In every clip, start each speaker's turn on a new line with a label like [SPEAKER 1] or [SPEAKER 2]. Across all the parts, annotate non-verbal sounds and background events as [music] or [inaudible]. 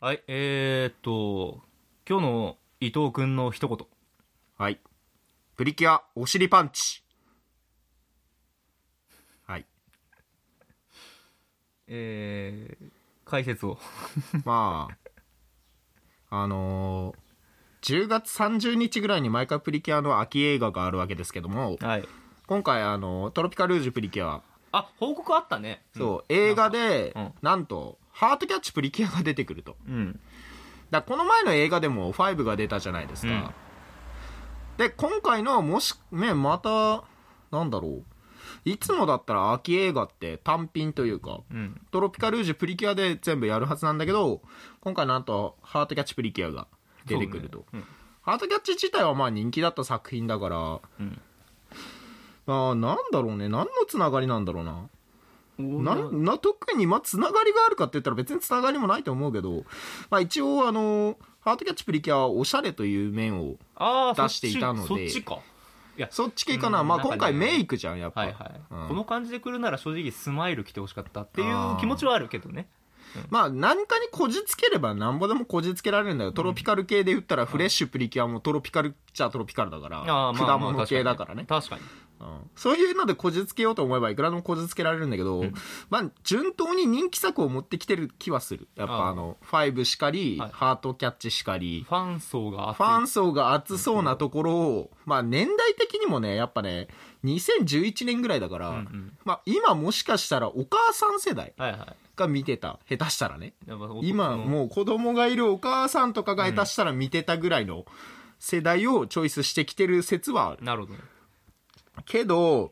[SPEAKER 1] はい、えー、っと、今日の伊藤君の一言。
[SPEAKER 2] はい。プリキュア、お尻パンチ。はい。 [laughs]
[SPEAKER 1] えー、解説を。
[SPEAKER 2] まあ、あのー10月30日ぐらいに毎回プリキュアの秋映画があるわけですけども、
[SPEAKER 1] はい。
[SPEAKER 2] 今回、あのートロピカルージュプリキュア、
[SPEAKER 1] あ、報告あったね。
[SPEAKER 2] そう、映画で、
[SPEAKER 1] うん
[SPEAKER 2] なんと、ハートキャッチプリキュアが出てくると。
[SPEAKER 1] うん。うん。
[SPEAKER 2] だからこの前の映画でも5が出たじゃないですか、
[SPEAKER 1] うん
[SPEAKER 2] で今回のもしねまたなんだろういつもだったら秋映画って単品というか
[SPEAKER 1] うん。
[SPEAKER 2] トロピカルージュプリキュアで全部やるはずなんだけど今回なんとハートキャッチプリキュアが出てくると、
[SPEAKER 1] そうね
[SPEAKER 2] ハートキャッチ自体はまあ人気だった作品だから
[SPEAKER 1] うん
[SPEAKER 2] あーなんだろうね何のつながりなんだろうな
[SPEAKER 1] うん。
[SPEAKER 2] なな特にまあつながりがあるかって言ったら別につながりもないと思うけど、まあ、一応あのハートキャッチプリキュアはおしゃれという面を
[SPEAKER 1] あー
[SPEAKER 2] 出していたので
[SPEAKER 1] そっちそっちか。
[SPEAKER 2] そっち系かな、
[SPEAKER 1] うん
[SPEAKER 2] まあ、
[SPEAKER 1] なんかね
[SPEAKER 2] 今回メイクじゃんやっぱ、
[SPEAKER 1] はいはい、
[SPEAKER 2] うん
[SPEAKER 1] この感じで来るなら正直スマイル来てほしかったっていう
[SPEAKER 2] あー
[SPEAKER 1] 気持ちはあるけどね。
[SPEAKER 2] まあ何かにこじつければなんぼでもこじつけられるんだよトロピカル系で言ったらフレッシュプリキュアもトロピカルっちゃトロピカルだから
[SPEAKER 1] あーまあまあ
[SPEAKER 2] 果物系だからね
[SPEAKER 1] 確かに。
[SPEAKER 2] うんそういうのでこじつけようと思えばいくらでもこじつけられるんだけど、
[SPEAKER 1] うん
[SPEAKER 2] まあ順当に人気作を持ってきてる気はするやっ
[SPEAKER 1] あ
[SPEAKER 2] ぱ
[SPEAKER 1] ー
[SPEAKER 2] あの5しかり、
[SPEAKER 1] はい
[SPEAKER 2] ハートキャッチしかり
[SPEAKER 1] ファン層が
[SPEAKER 2] フ
[SPEAKER 1] 熱い。
[SPEAKER 2] ァン層が熱そうなところを、まあ年代的にもね、やっぱね、2011年ぐらいだから、
[SPEAKER 1] うんうん
[SPEAKER 2] まあ今もしかしたらお母さん世代
[SPEAKER 1] はいはい。
[SPEAKER 2] が見てた、下手したらね。
[SPEAKER 1] やっぱ男の
[SPEAKER 2] 今もう子供がいるお母さんとかが下手したら見てたぐらいの世代をチョイスしてきてる説はある。
[SPEAKER 1] なるほどね。
[SPEAKER 2] けど、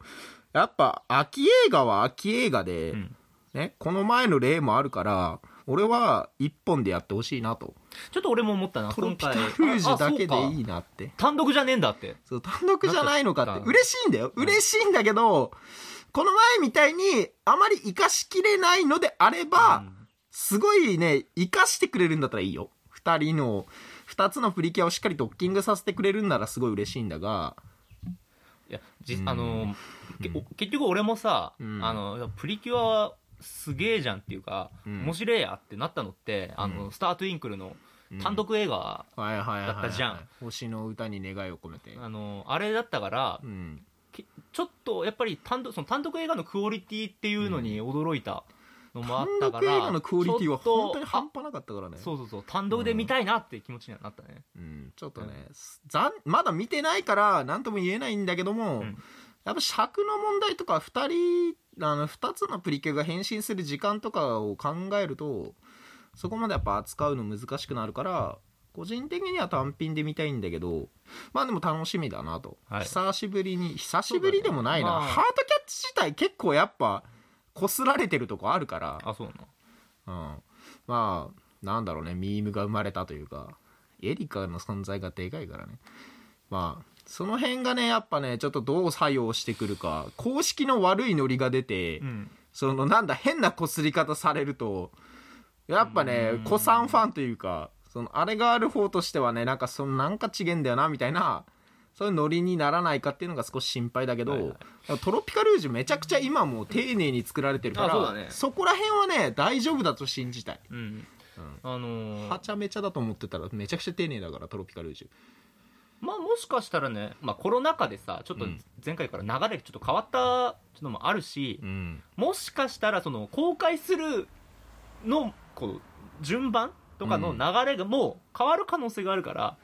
[SPEAKER 2] やっぱ秋映画は秋映画で、
[SPEAKER 1] うん
[SPEAKER 2] ね、この前の例もあるから、俺は一本でやってほしいなと。
[SPEAKER 1] ちょっと俺も思ったな、
[SPEAKER 2] トロ
[SPEAKER 1] 今
[SPEAKER 2] ピカ
[SPEAKER 1] 回。
[SPEAKER 2] ルージュだけ
[SPEAKER 1] あ
[SPEAKER 2] で
[SPEAKER 1] あそう
[SPEAKER 2] い
[SPEAKER 1] か
[SPEAKER 2] いなって。
[SPEAKER 1] 単独じゃねえんだって。
[SPEAKER 2] そう、単独じゃないのか
[SPEAKER 1] なん
[SPEAKER 2] っ
[SPEAKER 1] か
[SPEAKER 2] て。嬉しいんだよ。嬉しいんだけど、この前みたいに、あまり活かしきれないのであれば、すごいね、活かしてくれるんだったらいいよ。二人の、二つのプリキュアをしっかりドッキングさせてくれるんならすごい嬉しいんだが、
[SPEAKER 1] いや、じ
[SPEAKER 2] うん
[SPEAKER 1] あのー、けお結局俺もさ、
[SPEAKER 2] うん
[SPEAKER 1] あの、プリキュアはすげえじゃんっていうか、
[SPEAKER 2] うん
[SPEAKER 1] 面白えやってなったのって、あの、スタートインクルの単独映画、
[SPEAKER 2] はいはいはいはい、
[SPEAKER 1] だったじゃん。
[SPEAKER 2] 星の歌に願いを込めて。
[SPEAKER 1] あの、あれだったから
[SPEAKER 2] う、ん。
[SPEAKER 1] けちょっとやっぱり単独その単独映画のクオリティっていうのに驚いたのもあ
[SPEAKER 2] 単
[SPEAKER 1] ったか
[SPEAKER 2] 独
[SPEAKER 1] ら、
[SPEAKER 2] 映画のクオリティは
[SPEAKER 1] ちょっと
[SPEAKER 2] 本当に半端なかったからね。
[SPEAKER 1] そうそうそう単独で見たいなって気持ちにはなったね、
[SPEAKER 2] うん、ちょっとね、残まだ見てないから何とも言えないんだけども、
[SPEAKER 1] うん
[SPEAKER 2] やっぱ尺の問題とか2人あの2つのプリキュアが変身する時間とかを考えるとそこまでやっぱ扱うの難しくなるから個人的には単品で見たいんだけどまあでも楽しみだなと、
[SPEAKER 1] はい
[SPEAKER 2] 久しぶりに久しぶりでもないな、
[SPEAKER 1] そうだねまあ
[SPEAKER 2] ハートキャッチ自体結構やっぱこすられてるとこあるから
[SPEAKER 1] あそうなの
[SPEAKER 2] うん、まあなんだろうねミームが生まれたというかエリカの存在がでかいからねまあその辺がねやっぱねちょっとどう作用してくるか公式の悪いノリが出て、
[SPEAKER 1] うん
[SPEAKER 2] そのなんだ変なこすり方されるとやっぱ
[SPEAKER 1] う
[SPEAKER 2] ね
[SPEAKER 1] ん
[SPEAKER 2] 子さんファンというかそのあれがある方としてはねなんかそのなんか違えんだよなみたいなそういうノリにならないかっていうのが少し心配だけど、
[SPEAKER 1] はいはい
[SPEAKER 2] でもトロピカルージュめちゃくちゃ今もう丁寧に作られてるから
[SPEAKER 1] あそうだね
[SPEAKER 2] こら辺はね大丈夫だと信じたい、
[SPEAKER 1] うん
[SPEAKER 2] うん
[SPEAKER 1] あのー
[SPEAKER 2] はちゃめちゃだと思ってたらめちゃくちゃ丁寧だからトロピカルージュ
[SPEAKER 1] まあもしかしたらね、まあ、コロナ禍でさちょっと
[SPEAKER 2] うん
[SPEAKER 1] 前回から流れちょっと変わったのもあるし、もしかしたらその公開するのこう順番とかの流れがもう変わる可能性があるから、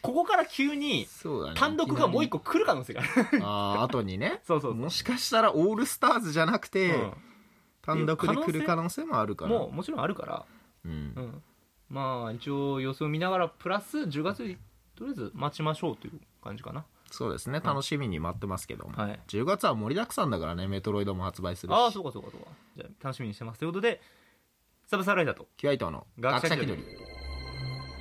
[SPEAKER 1] ここから急に
[SPEAKER 2] そうだね
[SPEAKER 1] 単独がもう一
[SPEAKER 2] 個
[SPEAKER 1] 個来る可能性がある
[SPEAKER 2] あー後にね
[SPEAKER 1] [laughs] そうそうそう
[SPEAKER 2] もしかしたらオールスターズじゃなくて、
[SPEAKER 1] う
[SPEAKER 2] 単独で来る可能性もあるか
[SPEAKER 1] ん、
[SPEAKER 2] ら
[SPEAKER 1] もうもちろんあるから、
[SPEAKER 2] うん
[SPEAKER 1] うん、まあ一応予想を見ながらプラス10月とりあえず待ちましょうという感じかな
[SPEAKER 2] そうですね
[SPEAKER 1] ん
[SPEAKER 2] 楽しみに待ってますけども、
[SPEAKER 1] はい
[SPEAKER 2] 10月は盛りだくさんだからねメトロイドも発売するし
[SPEAKER 1] ああそうかそうかそうかじゃあ楽しみにしてますということでサブサライダーと
[SPEAKER 2] キュアイトの
[SPEAKER 1] 学
[SPEAKER 2] 学
[SPEAKER 1] 者
[SPEAKER 2] 者
[SPEAKER 1] 気
[SPEAKER 2] 気
[SPEAKER 1] 取
[SPEAKER 2] 取
[SPEAKER 1] り
[SPEAKER 2] り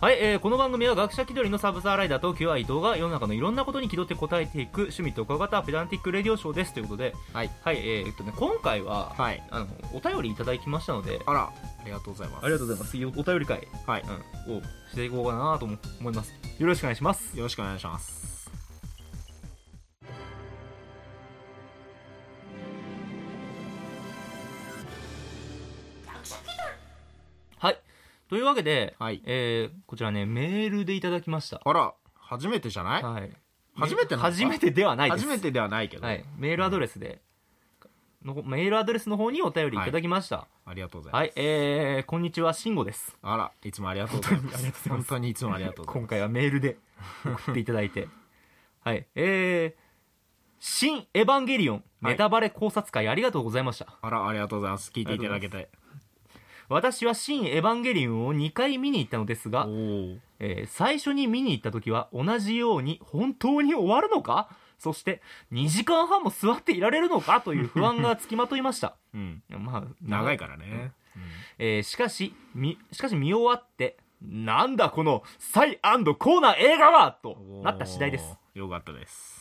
[SPEAKER 1] はい、えーこの番組は学者気取りのサブサーライダーと QI 伊藤が世の中のいろんなことに気取って答えていく趣味と小型ペダンティックレディオショーですということで、
[SPEAKER 2] はい
[SPEAKER 1] はい、えーえっとね、今回は、
[SPEAKER 2] はい
[SPEAKER 1] あのお便りいただきましたので、
[SPEAKER 2] あらありがとうございます
[SPEAKER 1] ありがとうございます。おお便り会、
[SPEAKER 2] はい
[SPEAKER 1] うん、をしていこうかなとも思います。よろしくお願いします。
[SPEAKER 2] よろしくお願いします
[SPEAKER 1] はい。というわけで、
[SPEAKER 2] はい
[SPEAKER 1] えーこちらね、メールでいただきました。
[SPEAKER 2] あら初めてじゃない
[SPEAKER 1] はい。
[SPEAKER 2] 初めてなんです
[SPEAKER 1] 初
[SPEAKER 2] か
[SPEAKER 1] めてではないです。
[SPEAKER 2] 初めてではないけど、
[SPEAKER 1] はい。メールアドレスで、のメールアドレスの方にお便りいただきました。
[SPEAKER 2] ありがとうございます、
[SPEAKER 1] はい、えー、こんにちは、慎吾です。
[SPEAKER 2] あらいつもありがとうございます本当にいつもありがとうござい
[SPEAKER 1] 今回はメールで送っていただい
[SPEAKER 2] [laughs]
[SPEAKER 1] て。はい、えー、新エヴァンゲリオン、
[SPEAKER 2] はい
[SPEAKER 1] ネタバレ考察会ありがとうございました。
[SPEAKER 2] ますあらありがとうございます聞いていただけて
[SPEAKER 1] 私は新エヴァンゲリオンを2回見に行ったのですが
[SPEAKER 2] お、お
[SPEAKER 1] えー最初に見に行った時は同じように本当に終わるのかそして2時間半も座っていられるのかという不安がつきまといました。
[SPEAKER 2] うん
[SPEAKER 1] まあ、
[SPEAKER 2] 長いからね、
[SPEAKER 1] えーしかし、み、しかし見終わって、なんだこのサイコーナー映画はと
[SPEAKER 2] おー
[SPEAKER 1] なった次第です。
[SPEAKER 2] よかったです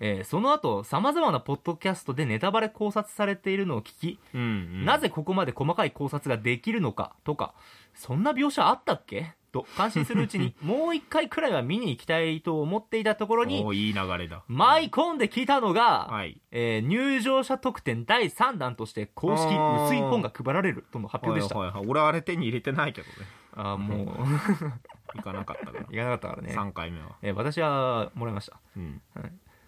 [SPEAKER 1] えーその後、様々なポッドキャストでネタバレ考察されているのを聞き、
[SPEAKER 2] うん、うん
[SPEAKER 1] なぜここまで細かい考察ができるのかとか、そんな描写あったっけと感心するう
[SPEAKER 2] [laughs]
[SPEAKER 1] ちに、もう一回くらいは見に行きたいと思っていたところに
[SPEAKER 2] お、ーいい流れだ
[SPEAKER 1] 舞い込んできたのが、
[SPEAKER 2] はい
[SPEAKER 1] えー入場者特典第3弾として公式
[SPEAKER 2] あー
[SPEAKER 1] 薄い本が配られるとの発表でした。
[SPEAKER 2] はいはいはい俺はあれ手に入れてないけどね
[SPEAKER 1] あーもう。
[SPEAKER 2] 行かなかったから
[SPEAKER 1] [laughs] いかなかったからね、
[SPEAKER 2] 3回目は、
[SPEAKER 1] えー私はもらいました
[SPEAKER 2] うん、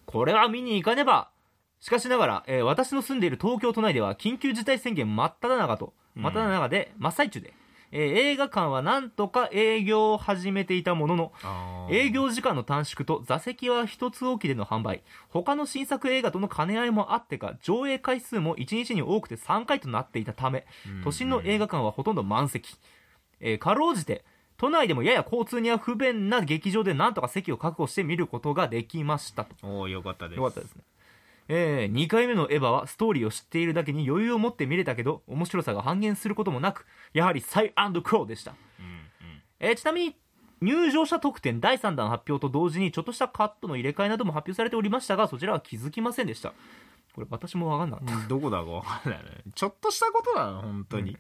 [SPEAKER 1] これは見に行かねばしかしながら、えー私の住んでいる東京都内では緊急事態宣言真っ只中と
[SPEAKER 2] うん
[SPEAKER 1] 真っ只中で、真っ最中で、えー映画館はなんとか営業を始めていたものの
[SPEAKER 2] あー
[SPEAKER 1] 営業時間の短縮と座席は一つ置きでの販売他の新作映画との兼ね合いもあってか上映回数も1日に多くて3回となっていたため都心の映画館はほとんど満席、えーかろうじて都内でもやや交通には不便な劇場でなんとか席を確保して見ることができましたと
[SPEAKER 2] おおよかったです
[SPEAKER 1] よかったですねえ2回目のエヴァはストーリーを知っているだけに余裕を持って見れたけど面白さが半減することもなくやはりサイクローでした、えーちなみに入場者特典第3弾発表と同時にちょっとしたカットの入れ替えなども発表されておりましたがそちらは気づきませんでしたこれ私も分かんなかった
[SPEAKER 2] うんどこだか分かんないねちょっとしたことだな本当に、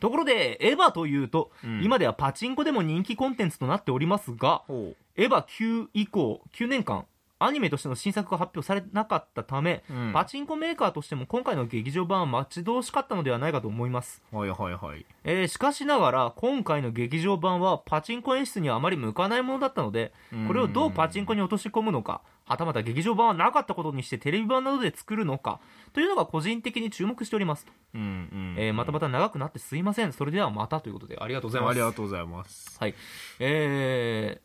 [SPEAKER 1] ところで、エヴァというと、
[SPEAKER 2] うん
[SPEAKER 1] 今ではパチンコでも人気コンテンツとなっておりますが、
[SPEAKER 2] ほ
[SPEAKER 1] エヴァ9以降、9年間、アニメとしての新作が発表されなかったため、
[SPEAKER 2] うん
[SPEAKER 1] パチンコメーカーとしても今回の劇場版は待ち遠しかったのではないかと思います。
[SPEAKER 2] うはいはいはい
[SPEAKER 1] えーしかしながら、今回の劇場版はパチンコ演出にはあまり向かないものだったので、これをどうパチンコに落とし込むのか、はたまた劇場版はなかったことにしてテレビ版などで作るのか、というのが個人的に注目しておりますと。
[SPEAKER 2] うんうん
[SPEAKER 1] えーまたまた長くなってすいません。それではまたということで、ありがとうございます。
[SPEAKER 2] ありがとうございます
[SPEAKER 1] はい。え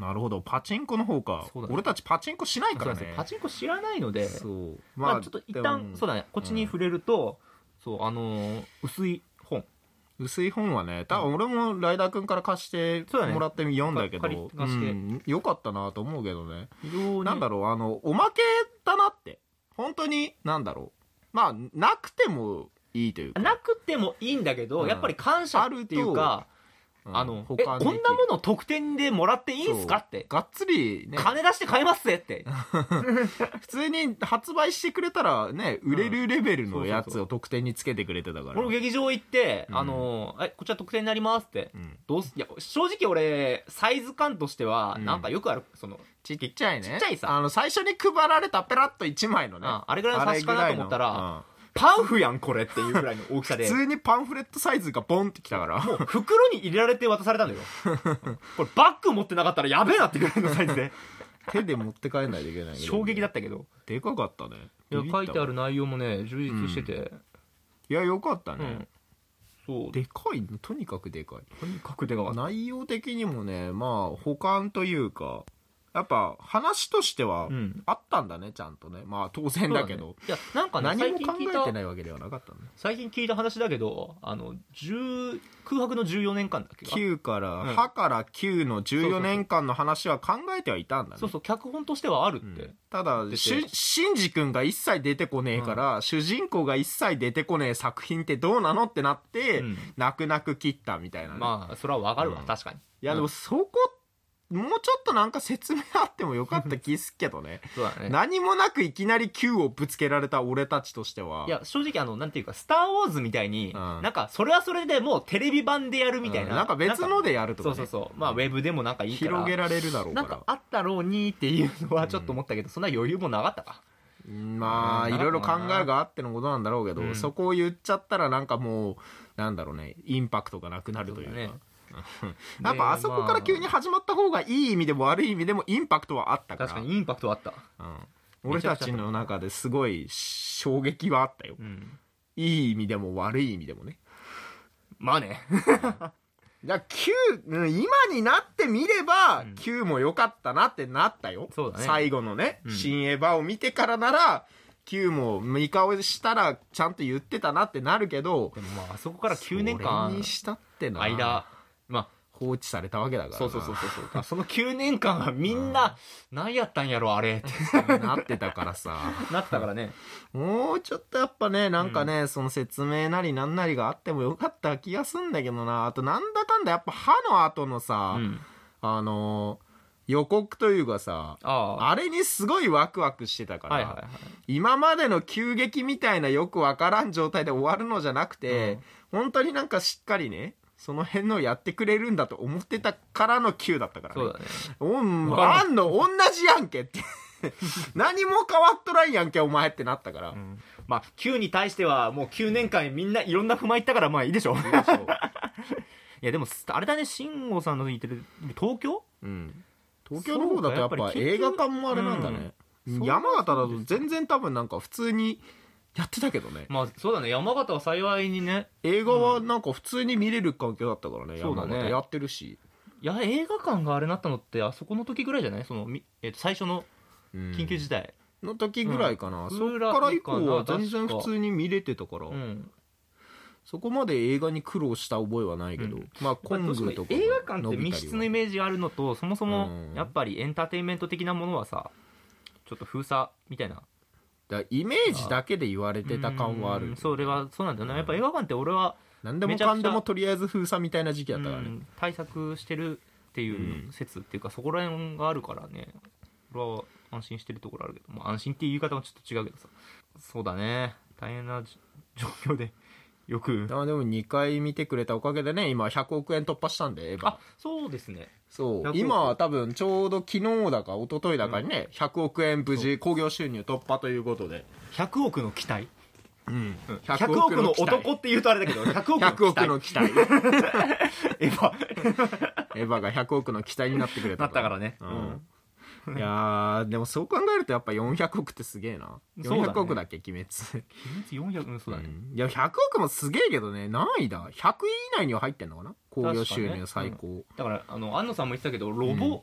[SPEAKER 2] なるほどパチンコの方か、
[SPEAKER 1] そうだね
[SPEAKER 2] 俺たちパチンコしない
[SPEAKER 1] ー、
[SPEAKER 2] か
[SPEAKER 1] そう
[SPEAKER 2] ら
[SPEAKER 1] なんです
[SPEAKER 2] ね
[SPEAKER 1] よパチンコ知らないので、
[SPEAKER 2] そう
[SPEAKER 1] まあ、ちょっと一旦、そう
[SPEAKER 2] だ
[SPEAKER 1] だね、こっちに触れると、そう、あのー薄い本。
[SPEAKER 2] 薄い本はね多分俺もライダーくんから貸して
[SPEAKER 1] そうだね
[SPEAKER 2] もらって読んだけど
[SPEAKER 1] か借り貸して
[SPEAKER 2] うんよかったなと思うけどね
[SPEAKER 1] 非常に。
[SPEAKER 2] なんだろうあのおまけだなって本当になんだろうまあなくてもいいというか
[SPEAKER 1] なくてもいいんだけど、
[SPEAKER 2] うん
[SPEAKER 1] やっぱり感謝っていうか、
[SPEAKER 2] うん
[SPEAKER 1] あの、え、
[SPEAKER 2] 他
[SPEAKER 1] こんな
[SPEAKER 2] に
[SPEAKER 1] もの特典でもらっていいんすかって。
[SPEAKER 2] がっつりね
[SPEAKER 1] 金出して買いますぜって。
[SPEAKER 2] 普通に発売してくれたらね売れるレベルのやつを特典につけてくれてたから
[SPEAKER 1] この劇場行って、
[SPEAKER 2] うん
[SPEAKER 1] あのーえ、こちら特典になりますって。
[SPEAKER 2] うん
[SPEAKER 1] どうすいや正直俺サイズ感としては
[SPEAKER 2] うん
[SPEAKER 1] なんかよくある、その
[SPEAKER 2] ちっちゃいね
[SPEAKER 1] ちっちゃいさ
[SPEAKER 2] あの最初に配られたペラッと1枚のね
[SPEAKER 1] ああれぐらいの差しかなと思ったら
[SPEAKER 2] あ
[SPEAKER 1] パンフやんこれっていうぐらいの大きさ
[SPEAKER 2] れぐ
[SPEAKER 1] で
[SPEAKER 2] らいのうん普通にパンフレットサイズがボンってきた
[SPEAKER 1] [laughs]
[SPEAKER 2] から
[SPEAKER 1] もう袋に入れられて渡されたんだ
[SPEAKER 2] [laughs]
[SPEAKER 1] よこれバッグ持ってなかったらやべえなってぐらいのサイズ
[SPEAKER 2] [laughs]
[SPEAKER 1] で
[SPEAKER 2] 手で持って帰んないといけない
[SPEAKER 1] 衝撃だ
[SPEAKER 2] っ
[SPEAKER 1] ったけど
[SPEAKER 2] でかかったね
[SPEAKER 1] いや
[SPEAKER 2] ビビった
[SPEAKER 1] 書いてある内容もね充実してて、
[SPEAKER 2] いやよかった
[SPEAKER 1] うん
[SPEAKER 2] ね、
[SPEAKER 1] そう
[SPEAKER 2] でかいのとにかくでかい
[SPEAKER 1] とにかくでかかった
[SPEAKER 2] 内容的にもねまあ保管というかやっぱ話としては
[SPEAKER 1] うん
[SPEAKER 2] あったんだね、ちゃんとね。まあ当然だけど。
[SPEAKER 1] いやなんかね
[SPEAKER 2] 何
[SPEAKER 1] 最
[SPEAKER 2] も
[SPEAKER 1] 近
[SPEAKER 2] 考
[SPEAKER 1] 聞い
[SPEAKER 2] えて
[SPEAKER 1] た
[SPEAKER 2] ないわけではなかったね。
[SPEAKER 1] 最近聞いた話だけどあの10空白の14年間だっけか
[SPEAKER 2] 9から、
[SPEAKER 1] うん
[SPEAKER 2] はから9の14年間の話は考えてはいたんだね。
[SPEAKER 1] そうそう脚本としてはあるっ
[SPEAKER 2] う
[SPEAKER 1] て、
[SPEAKER 2] んただ
[SPEAKER 1] 出て
[SPEAKER 2] しシンジ君が一切出てこねえから、主人公が一切出てこねえ作品ってどうなのってなって、
[SPEAKER 1] うん
[SPEAKER 2] 泣く泣く切ったみたいなね、
[SPEAKER 1] まあそれはわかるわ、
[SPEAKER 2] うん
[SPEAKER 1] 確かに
[SPEAKER 2] いやでもそこもうちょっとなんか説明あってもよかった気すっけどね
[SPEAKER 1] そうだね
[SPEAKER 2] 何もなくいきなり Q をぶつけられた俺たちとしてはい
[SPEAKER 1] や正直あのなんていうか「スター・ウォーズ」みたいに、
[SPEAKER 2] うん
[SPEAKER 1] なんかそれはそれでもうテレビ版でやるみたいな、
[SPEAKER 2] うんなんか別のでやるとか、
[SPEAKER 1] そ
[SPEAKER 2] ね、
[SPEAKER 1] うそうそうまあウェブでもなんかいいから
[SPEAKER 2] 広げられるだろうか
[SPEAKER 1] な
[SPEAKER 2] ら
[SPEAKER 1] んかあったろうにっていうのはちょっと思ったけど、そんな余裕もなかったか
[SPEAKER 2] うんまあ
[SPEAKER 1] うん
[SPEAKER 2] いろいろ考えがあってのことなんだろうけど、
[SPEAKER 1] うん
[SPEAKER 2] そこを言っちゃったらなんかもうなんだろうねインパクトがなくなるという
[SPEAKER 1] そ
[SPEAKER 2] か
[SPEAKER 1] うだね
[SPEAKER 2] やっぱあそこから急に始まった方がいい意味でも悪い意味でもインパクトはあったから
[SPEAKER 1] 確かにインパクトはあった、
[SPEAKER 2] うん、俺たちの中ですごい衝撃はあったよ
[SPEAKER 1] うん、
[SPEAKER 2] いい意味でも悪い意味でもね
[SPEAKER 1] まあね
[SPEAKER 2] だから9うん今になってみれば、
[SPEAKER 1] うん
[SPEAKER 2] Q も良かったなってなったよ
[SPEAKER 1] そうだね
[SPEAKER 2] 最後のね、
[SPEAKER 1] うん
[SPEAKER 2] 新エヴァを見てからなら Q も見顔したらちゃんと言ってたなってなるけど
[SPEAKER 1] でもまああそこから9年
[SPEAKER 2] それ
[SPEAKER 1] 間
[SPEAKER 2] にしたってな
[SPEAKER 1] 間ま
[SPEAKER 2] 放置されたわけだか
[SPEAKER 1] あ
[SPEAKER 2] ら
[SPEAKER 1] そうそうそうそうそう [laughs] あその9年間はみんな何やったんやろあれって
[SPEAKER 2] う [laughs] なってたからさ
[SPEAKER 1] なってたからね
[SPEAKER 2] もうちょっとやっぱねなんかね、その説明なりなんなりがあってもよかった気がすんだけどなあとなんだかんだやっぱ歯の後の
[SPEAKER 1] う
[SPEAKER 2] さ、
[SPEAKER 1] ん
[SPEAKER 2] あのー予告というかさ
[SPEAKER 1] あ
[SPEAKER 2] あれにすごいワクワクしてた
[SPEAKER 1] あ
[SPEAKER 2] から、
[SPEAKER 1] はいはいはい
[SPEAKER 2] 今までの急激みたいなよくわからん状態で終わるのじゃなくて、本当になんかしっかりねその辺のやってくれるんだと思ってたからの急だったからね
[SPEAKER 1] そうだね
[SPEAKER 2] おん
[SPEAKER 1] わからん
[SPEAKER 2] あんの同じやんけって [laughs] 何も変わっとらんやんけお前ってなったから、
[SPEAKER 1] まあ9に対してはもう9年間みんないろんな不満言ったから [laughs] まあいいでしょ
[SPEAKER 2] そう
[SPEAKER 1] いやでもあれだね慎吾さんの言ってる東京
[SPEAKER 2] うん東京の方だとやっぱ映画館もあれなんだね、
[SPEAKER 1] うん
[SPEAKER 2] 山形だと全然多分なんか普通にやってたけどね
[SPEAKER 1] まあそうだね山形は幸いにね
[SPEAKER 2] 映画はなんか普通に見れる環境だったからね、
[SPEAKER 1] そう
[SPEAKER 2] 山
[SPEAKER 1] だね
[SPEAKER 2] 形やってるし、
[SPEAKER 1] いや映画館があれなったのってあそこの時ぐらいじゃないその、みえっと最初の
[SPEAKER 2] うん
[SPEAKER 1] 緊急事態、
[SPEAKER 2] の時ぐらいかな、
[SPEAKER 1] ん
[SPEAKER 2] そっから以降は全然普通に見れてたから、
[SPEAKER 1] うん
[SPEAKER 2] そこまで映画に苦労した覚えはないけど、
[SPEAKER 1] うん
[SPEAKER 2] まあコングとか
[SPEAKER 1] 映画館って密室のイ
[SPEAKER 2] メ
[SPEAKER 1] メージがあるのとそもそも
[SPEAKER 2] うん
[SPEAKER 1] やっぱりエンターテインメント的なものはさちょっと封鎖みたいな
[SPEAKER 2] ージイメージだけで言われてた感はあ
[SPEAKER 1] うん
[SPEAKER 2] る
[SPEAKER 1] それはそうなんだよねやっぱ映画館って俺は、
[SPEAKER 2] 何でもかんでもとりあえず封鎖みたいな時期だったからね、
[SPEAKER 1] うん対策してるっていう説っていうか、そこら辺があるからね俺は安心してるところあるけど、まあ、安心っていう言い方もちょっと違うけどさそうだね大変なじ状況で [laughs] よく
[SPEAKER 2] あでも2回見てくれたおかげでね今100億円突破したんでエヴァ
[SPEAKER 1] あそうですね
[SPEAKER 2] そう
[SPEAKER 1] 100億
[SPEAKER 2] 今は多分ちょうど昨日だか一昨日だかにね、100億円無事興行収入突破ということで、
[SPEAKER 1] 100億の期待
[SPEAKER 2] うん、
[SPEAKER 1] 100億の
[SPEAKER 2] 期待
[SPEAKER 1] 男って言うとあれだけど100億の期待
[SPEAKER 2] 100億の期待
[SPEAKER 1] エヴァ
[SPEAKER 2] エヴァが100億の期待になってく
[SPEAKER 1] な
[SPEAKER 2] れた
[SPEAKER 1] ったからね、
[SPEAKER 2] うんいやーでもそう考えるとやっぱ400億ってすげえな
[SPEAKER 1] そうだね
[SPEAKER 2] 400億だっけ鬼滅
[SPEAKER 1] 秘密400うんそうだね、
[SPEAKER 2] うんいや100億もすげえけどね何位だ100位以内には入ってんのかな興行収入最高、
[SPEAKER 1] だからあの安野さんも言ってたけどロボ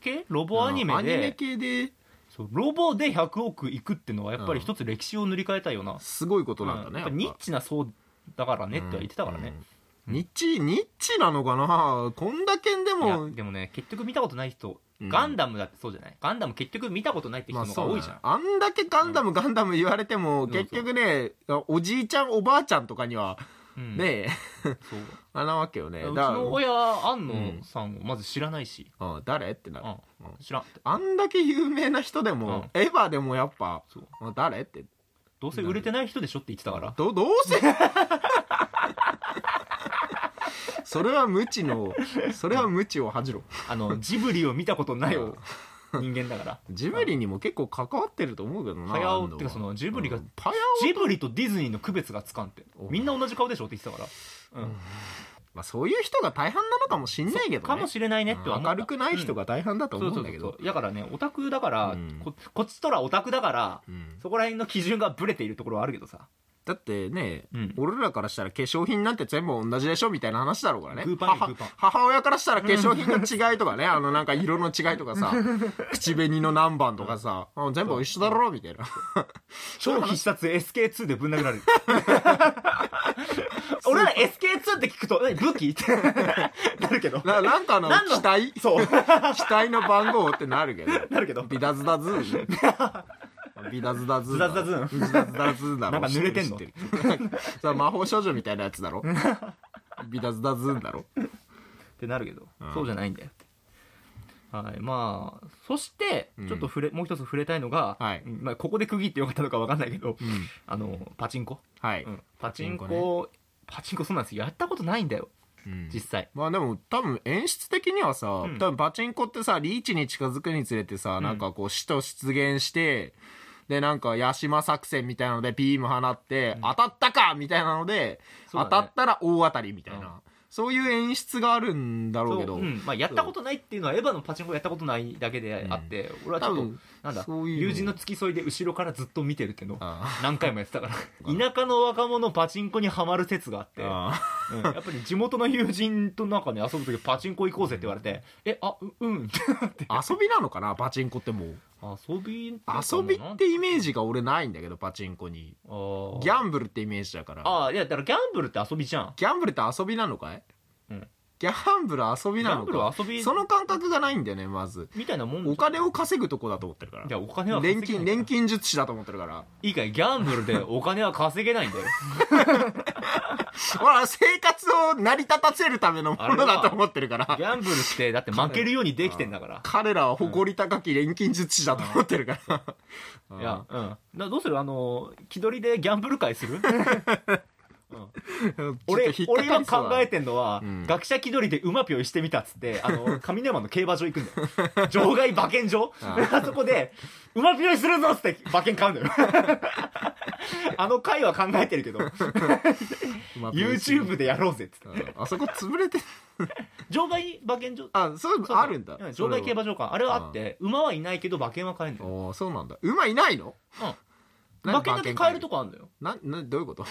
[SPEAKER 1] 系、ロボアニメ
[SPEAKER 2] うんアニ
[SPEAKER 1] で
[SPEAKER 2] メ系で
[SPEAKER 1] そうロボで100億いくってのはやっぱり一つ歴史を塗り替えたような、
[SPEAKER 2] すごいことなんだ
[SPEAKER 1] うんや
[SPEAKER 2] ね
[SPEAKER 1] っぱニッチな層だからねっては言ってたからね、
[SPEAKER 2] うんニッチニッチなのかなこんだけんで
[SPEAKER 1] いや
[SPEAKER 2] も
[SPEAKER 1] でもね結局見たことない人、
[SPEAKER 2] うん
[SPEAKER 1] ガンダムだってそうじゃないガンダム結局見たことないって人の方が多いじゃん、
[SPEAKER 2] まあそうだねあんだけガンダムガンダム言われても
[SPEAKER 1] ん
[SPEAKER 2] 結局ねおじいちゃんおばあちゃんとかには
[SPEAKER 1] うん
[SPEAKER 2] ね [laughs]
[SPEAKER 1] そう
[SPEAKER 2] あんなわけよね
[SPEAKER 1] うち
[SPEAKER 2] だから
[SPEAKER 1] の親安野さんをまず知らないし、
[SPEAKER 2] うん誰ってな
[SPEAKER 1] う
[SPEAKER 2] る
[SPEAKER 1] ん知らん
[SPEAKER 2] あんだけ有名な人でもエヴァでもやっぱ
[SPEAKER 1] そう
[SPEAKER 2] あ誰って
[SPEAKER 1] どうせ売れてない人でしょって言ってたから
[SPEAKER 2] どどうせ [laughs] それは無知のそれは無知を恥じろ
[SPEAKER 1] あのジブリを見たことない人間だから
[SPEAKER 2] ジブリにも結構関わってると思うけどな
[SPEAKER 1] パヤ
[SPEAKER 2] 安
[SPEAKER 1] オっ
[SPEAKER 2] 藤は
[SPEAKER 1] てかそのジブリが
[SPEAKER 2] うんパヤオ
[SPEAKER 1] ジブリとディズニーの区別がつかんって
[SPEAKER 2] お
[SPEAKER 1] みんな同じ顔でしょって言ってたから、うん
[SPEAKER 2] まあ、そういう人が大半なのかもしんないけどね
[SPEAKER 1] かもしれないねっては
[SPEAKER 2] う
[SPEAKER 1] 思
[SPEAKER 2] ん
[SPEAKER 1] った
[SPEAKER 2] 明るくない人
[SPEAKER 1] が
[SPEAKER 2] が大半だと
[SPEAKER 1] そう
[SPEAKER 2] 思
[SPEAKER 1] そううん
[SPEAKER 2] だけ
[SPEAKER 1] そ
[SPEAKER 2] ど
[SPEAKER 1] うだからねオタクだから、
[SPEAKER 2] うん
[SPEAKER 1] ここっちとらオタクだから、
[SPEAKER 2] うん
[SPEAKER 1] そこら辺の基準がブレているところはあるけどさ
[SPEAKER 2] だってね、
[SPEAKER 1] うん
[SPEAKER 2] 俺らからしたら化粧品なんて全部同じでしょみたいな話だろうからね
[SPEAKER 1] グーパンよ
[SPEAKER 2] 母
[SPEAKER 1] グーパン
[SPEAKER 2] 母親からしたら化粧品の違いと
[SPEAKER 1] [laughs]
[SPEAKER 2] かねあのなんか色の違いとかさ口紅の何番とかさ、あ全部一緒だろみたいな
[SPEAKER 1] 超必殺 SK2 でぶん殴ら
[SPEAKER 2] [laughs]
[SPEAKER 1] れる俺ら SK2 って聞くと何武器って
[SPEAKER 2] [laughs]
[SPEAKER 1] なるけど
[SPEAKER 2] ななんかあの
[SPEAKER 1] 何の
[SPEAKER 2] 機体
[SPEAKER 1] そう
[SPEAKER 2] 機体の番号ってなるけど
[SPEAKER 1] なるけど
[SPEAKER 2] ビダズダ
[SPEAKER 1] [laughs]
[SPEAKER 2] ズーンビダズダズーンだろ
[SPEAKER 1] ズダズ
[SPEAKER 2] ビダズダズーンだろ
[SPEAKER 1] なんか濡れてんの
[SPEAKER 2] 知ってる知ってるそれ魔法少女みたいなやつ
[SPEAKER 1] [laughs]
[SPEAKER 2] だろビダズダズーンだろ
[SPEAKER 1] ってなるけど、
[SPEAKER 2] うん
[SPEAKER 1] そうじゃないんだよってはいまあそして
[SPEAKER 2] うん
[SPEAKER 1] ちょっと触れ、もう一つ触れたいのが、
[SPEAKER 2] はい
[SPEAKER 1] うんまあ、ここで区切ってよかったのかわかんないけど、
[SPEAKER 2] うん
[SPEAKER 1] あのパチンコ、
[SPEAKER 2] はい、
[SPEAKER 1] うんパチンコ
[SPEAKER 2] パチン
[SPEAKER 1] パチンコそうなんですよやったことないんだよ
[SPEAKER 2] うん
[SPEAKER 1] 実際、
[SPEAKER 2] まあでも多分演出的にはさ、
[SPEAKER 1] ん
[SPEAKER 2] 多分パチンコってさリーチに近づくにつれてさ、なんかこう死と出現してでなんか八島作戦みたいなのでビーム放って、当たったかみたいなので、
[SPEAKER 1] そうだね
[SPEAKER 2] 当たったら大当たりみたいな、
[SPEAKER 1] うん
[SPEAKER 2] そういう演出があるんだろうけど
[SPEAKER 1] そううんまあ、やったことないっていうのはエヴァのパチンコやったことないだけであって、俺はちょっ
[SPEAKER 2] 多
[SPEAKER 1] と
[SPEAKER 2] 分
[SPEAKER 1] なんだ
[SPEAKER 2] そういうの
[SPEAKER 1] 友人の付き添いで後ろからずっと見てるっていうのを
[SPEAKER 2] あ
[SPEAKER 1] 何回もやってたから田舎の若者パチンコにはまる説があって
[SPEAKER 2] あ
[SPEAKER 1] うんやっぱり地元の友人となんかね遊ぶ時パチンコ行こうぜって言われて「えあううん」って
[SPEAKER 2] 遊びなのかなパチンコってもう
[SPEAKER 1] 遊びっていうか
[SPEAKER 2] 遊び
[SPEAKER 1] な
[SPEAKER 2] っ
[SPEAKER 1] ん
[SPEAKER 2] てイメージが俺ないんだけどパチンコに
[SPEAKER 1] あー
[SPEAKER 2] ギャンブルってイメージだから
[SPEAKER 1] あーいやだからギャンブルって遊びじゃん
[SPEAKER 2] ギャンブルって遊びなのかい、
[SPEAKER 1] うん
[SPEAKER 2] ギャンブル遊び
[SPEAKER 1] ギ
[SPEAKER 2] な
[SPEAKER 1] ャン
[SPEAKER 2] の
[SPEAKER 1] ブル
[SPEAKER 2] か
[SPEAKER 1] は遊び
[SPEAKER 2] その感覚がないんだよねまず
[SPEAKER 1] みたいなもん
[SPEAKER 2] お金を稼ぐとこだと思ってるか
[SPEAKER 1] いや
[SPEAKER 2] ら
[SPEAKER 1] お金は稼げない
[SPEAKER 2] 錬金錬金術師だと思ってるから [laughs]
[SPEAKER 1] いいかいギャンブルでお金は稼げないんだよ
[SPEAKER 2] ほら生活を成り立たせるためのものだと思ってるか
[SPEAKER 1] ギ
[SPEAKER 2] ら
[SPEAKER 1] ャンブルってだって負けるようにできてんだから
[SPEAKER 2] 彼らは誇り高き錬金術師だと思ってるから
[SPEAKER 1] いやうんなどうするあの気取りでギャンブル会する
[SPEAKER 2] [laughs] うん
[SPEAKER 1] 俺
[SPEAKER 2] ちょっと引
[SPEAKER 1] 俺
[SPEAKER 2] っか
[SPEAKER 1] が
[SPEAKER 2] かりそうだ
[SPEAKER 1] 考えてんのは、
[SPEAKER 2] うん
[SPEAKER 1] 学者気取りで馬ぴょいしてみたっつってあ
[SPEAKER 2] [laughs]
[SPEAKER 1] の上沼の競馬場行くんだよ場外馬券場
[SPEAKER 2] あ
[SPEAKER 1] [laughs] あそこで馬ぴょいするぞっつって馬券買うんだ
[SPEAKER 2] [laughs]
[SPEAKER 1] よあの回は考えてるけど
[SPEAKER 2] まあ
[SPEAKER 1] YouTube でやろうぜっつって
[SPEAKER 2] うんあそこ潰れてる
[SPEAKER 1] 場外馬券場
[SPEAKER 2] あそうい
[SPEAKER 1] そ
[SPEAKER 2] う
[SPEAKER 1] うそう
[SPEAKER 2] のあるんだ
[SPEAKER 1] うん場外競馬場かあれはあって馬はいないけど馬券は買えんだよ
[SPEAKER 2] おーそうなんだ馬いないの
[SPEAKER 1] うん馬券だけ買えるとこあるんだよ
[SPEAKER 2] ななどういうこと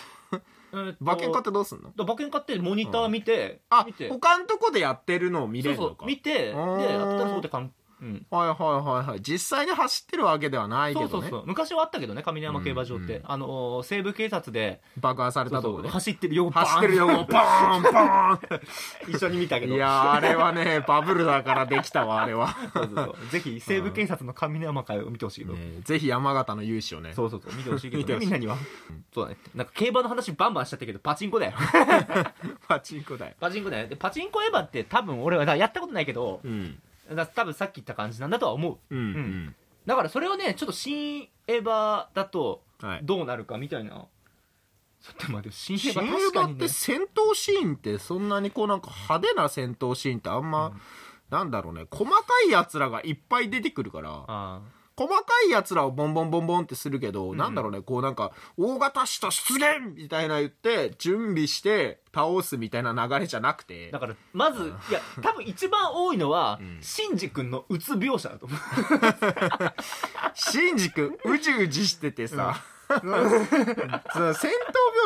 [SPEAKER 1] えーっと
[SPEAKER 2] 馬券買ってどうすんの
[SPEAKER 1] だから馬券買ってモニター見て、
[SPEAKER 2] あ
[SPEAKER 1] 見て
[SPEAKER 2] 他のとこでやってるのを見れる
[SPEAKER 1] そう
[SPEAKER 2] の
[SPEAKER 1] そ
[SPEAKER 2] か
[SPEAKER 1] う見てで
[SPEAKER 2] あー
[SPEAKER 1] やったらそうってかん、うん、
[SPEAKER 2] はいはいはいはい実際に走ってるわけではないけ
[SPEAKER 1] そ
[SPEAKER 2] ど
[SPEAKER 1] う
[SPEAKER 2] ね
[SPEAKER 1] そうそう昔はあったけどね上山競馬場って、
[SPEAKER 2] うんうん
[SPEAKER 1] あのー西部警察で
[SPEAKER 2] 爆破されたとこ
[SPEAKER 1] そうそう
[SPEAKER 2] ね
[SPEAKER 1] 走ってる横
[SPEAKER 2] 走ってるよ、
[SPEAKER 1] バ
[SPEAKER 2] バ
[SPEAKER 1] ーン
[SPEAKER 2] ーン、バ
[SPEAKER 1] [laughs] 一緒に見たけ
[SPEAKER 2] ーン。
[SPEAKER 1] ど
[SPEAKER 2] いやー、あれはね、バブルだからできたわ、あれは。
[SPEAKER 1] そうそうそうぜひ西部警察の上山会を見てほしいけど、
[SPEAKER 2] ねぜひ山形の勇姿をね。
[SPEAKER 1] そうそうそう見てほしいけ
[SPEAKER 2] [laughs] 見て
[SPEAKER 1] ど、
[SPEAKER 2] ほしい
[SPEAKER 1] みんなにはそうだねなんか競馬の話バンバンしちゃったけどパチンコだよ
[SPEAKER 2] パチンコだよ。
[SPEAKER 1] パチンコだよでパチンコエヴァって多分俺はだからやったことないけど
[SPEAKER 2] うん。
[SPEAKER 1] だから多分さっき言った感じなんだとは思う
[SPEAKER 2] うん。うん。
[SPEAKER 1] だからそれをねちょっと新エヴァだと
[SPEAKER 2] はい。
[SPEAKER 1] どうなるかみたいなちょっと待って新エヴ
[SPEAKER 2] 新
[SPEAKER 1] ァ
[SPEAKER 2] エ
[SPEAKER 1] 確
[SPEAKER 2] ヴ
[SPEAKER 1] か
[SPEAKER 2] ァ
[SPEAKER 1] に
[SPEAKER 2] っ
[SPEAKER 1] ね
[SPEAKER 2] て戦闘シーンってそんなにこうなんか派手な戦闘シーンってあんま、なんだろうね、細かい奴らがいっぱい出てくるから、
[SPEAKER 1] ああ
[SPEAKER 2] 細かい奴らをボンボンボンボンってするけど、
[SPEAKER 1] ん
[SPEAKER 2] なんだろうね、こうなんか、大型した出現みたいな言って、準備して倒すみたいな流れじゃなくて
[SPEAKER 1] だ、からまずいや多分一番多いのは、
[SPEAKER 2] うん
[SPEAKER 1] シンジ君のうつ描写だと思う
[SPEAKER 2] シンジ君、うじうじしててさ、 [laughs] その戦闘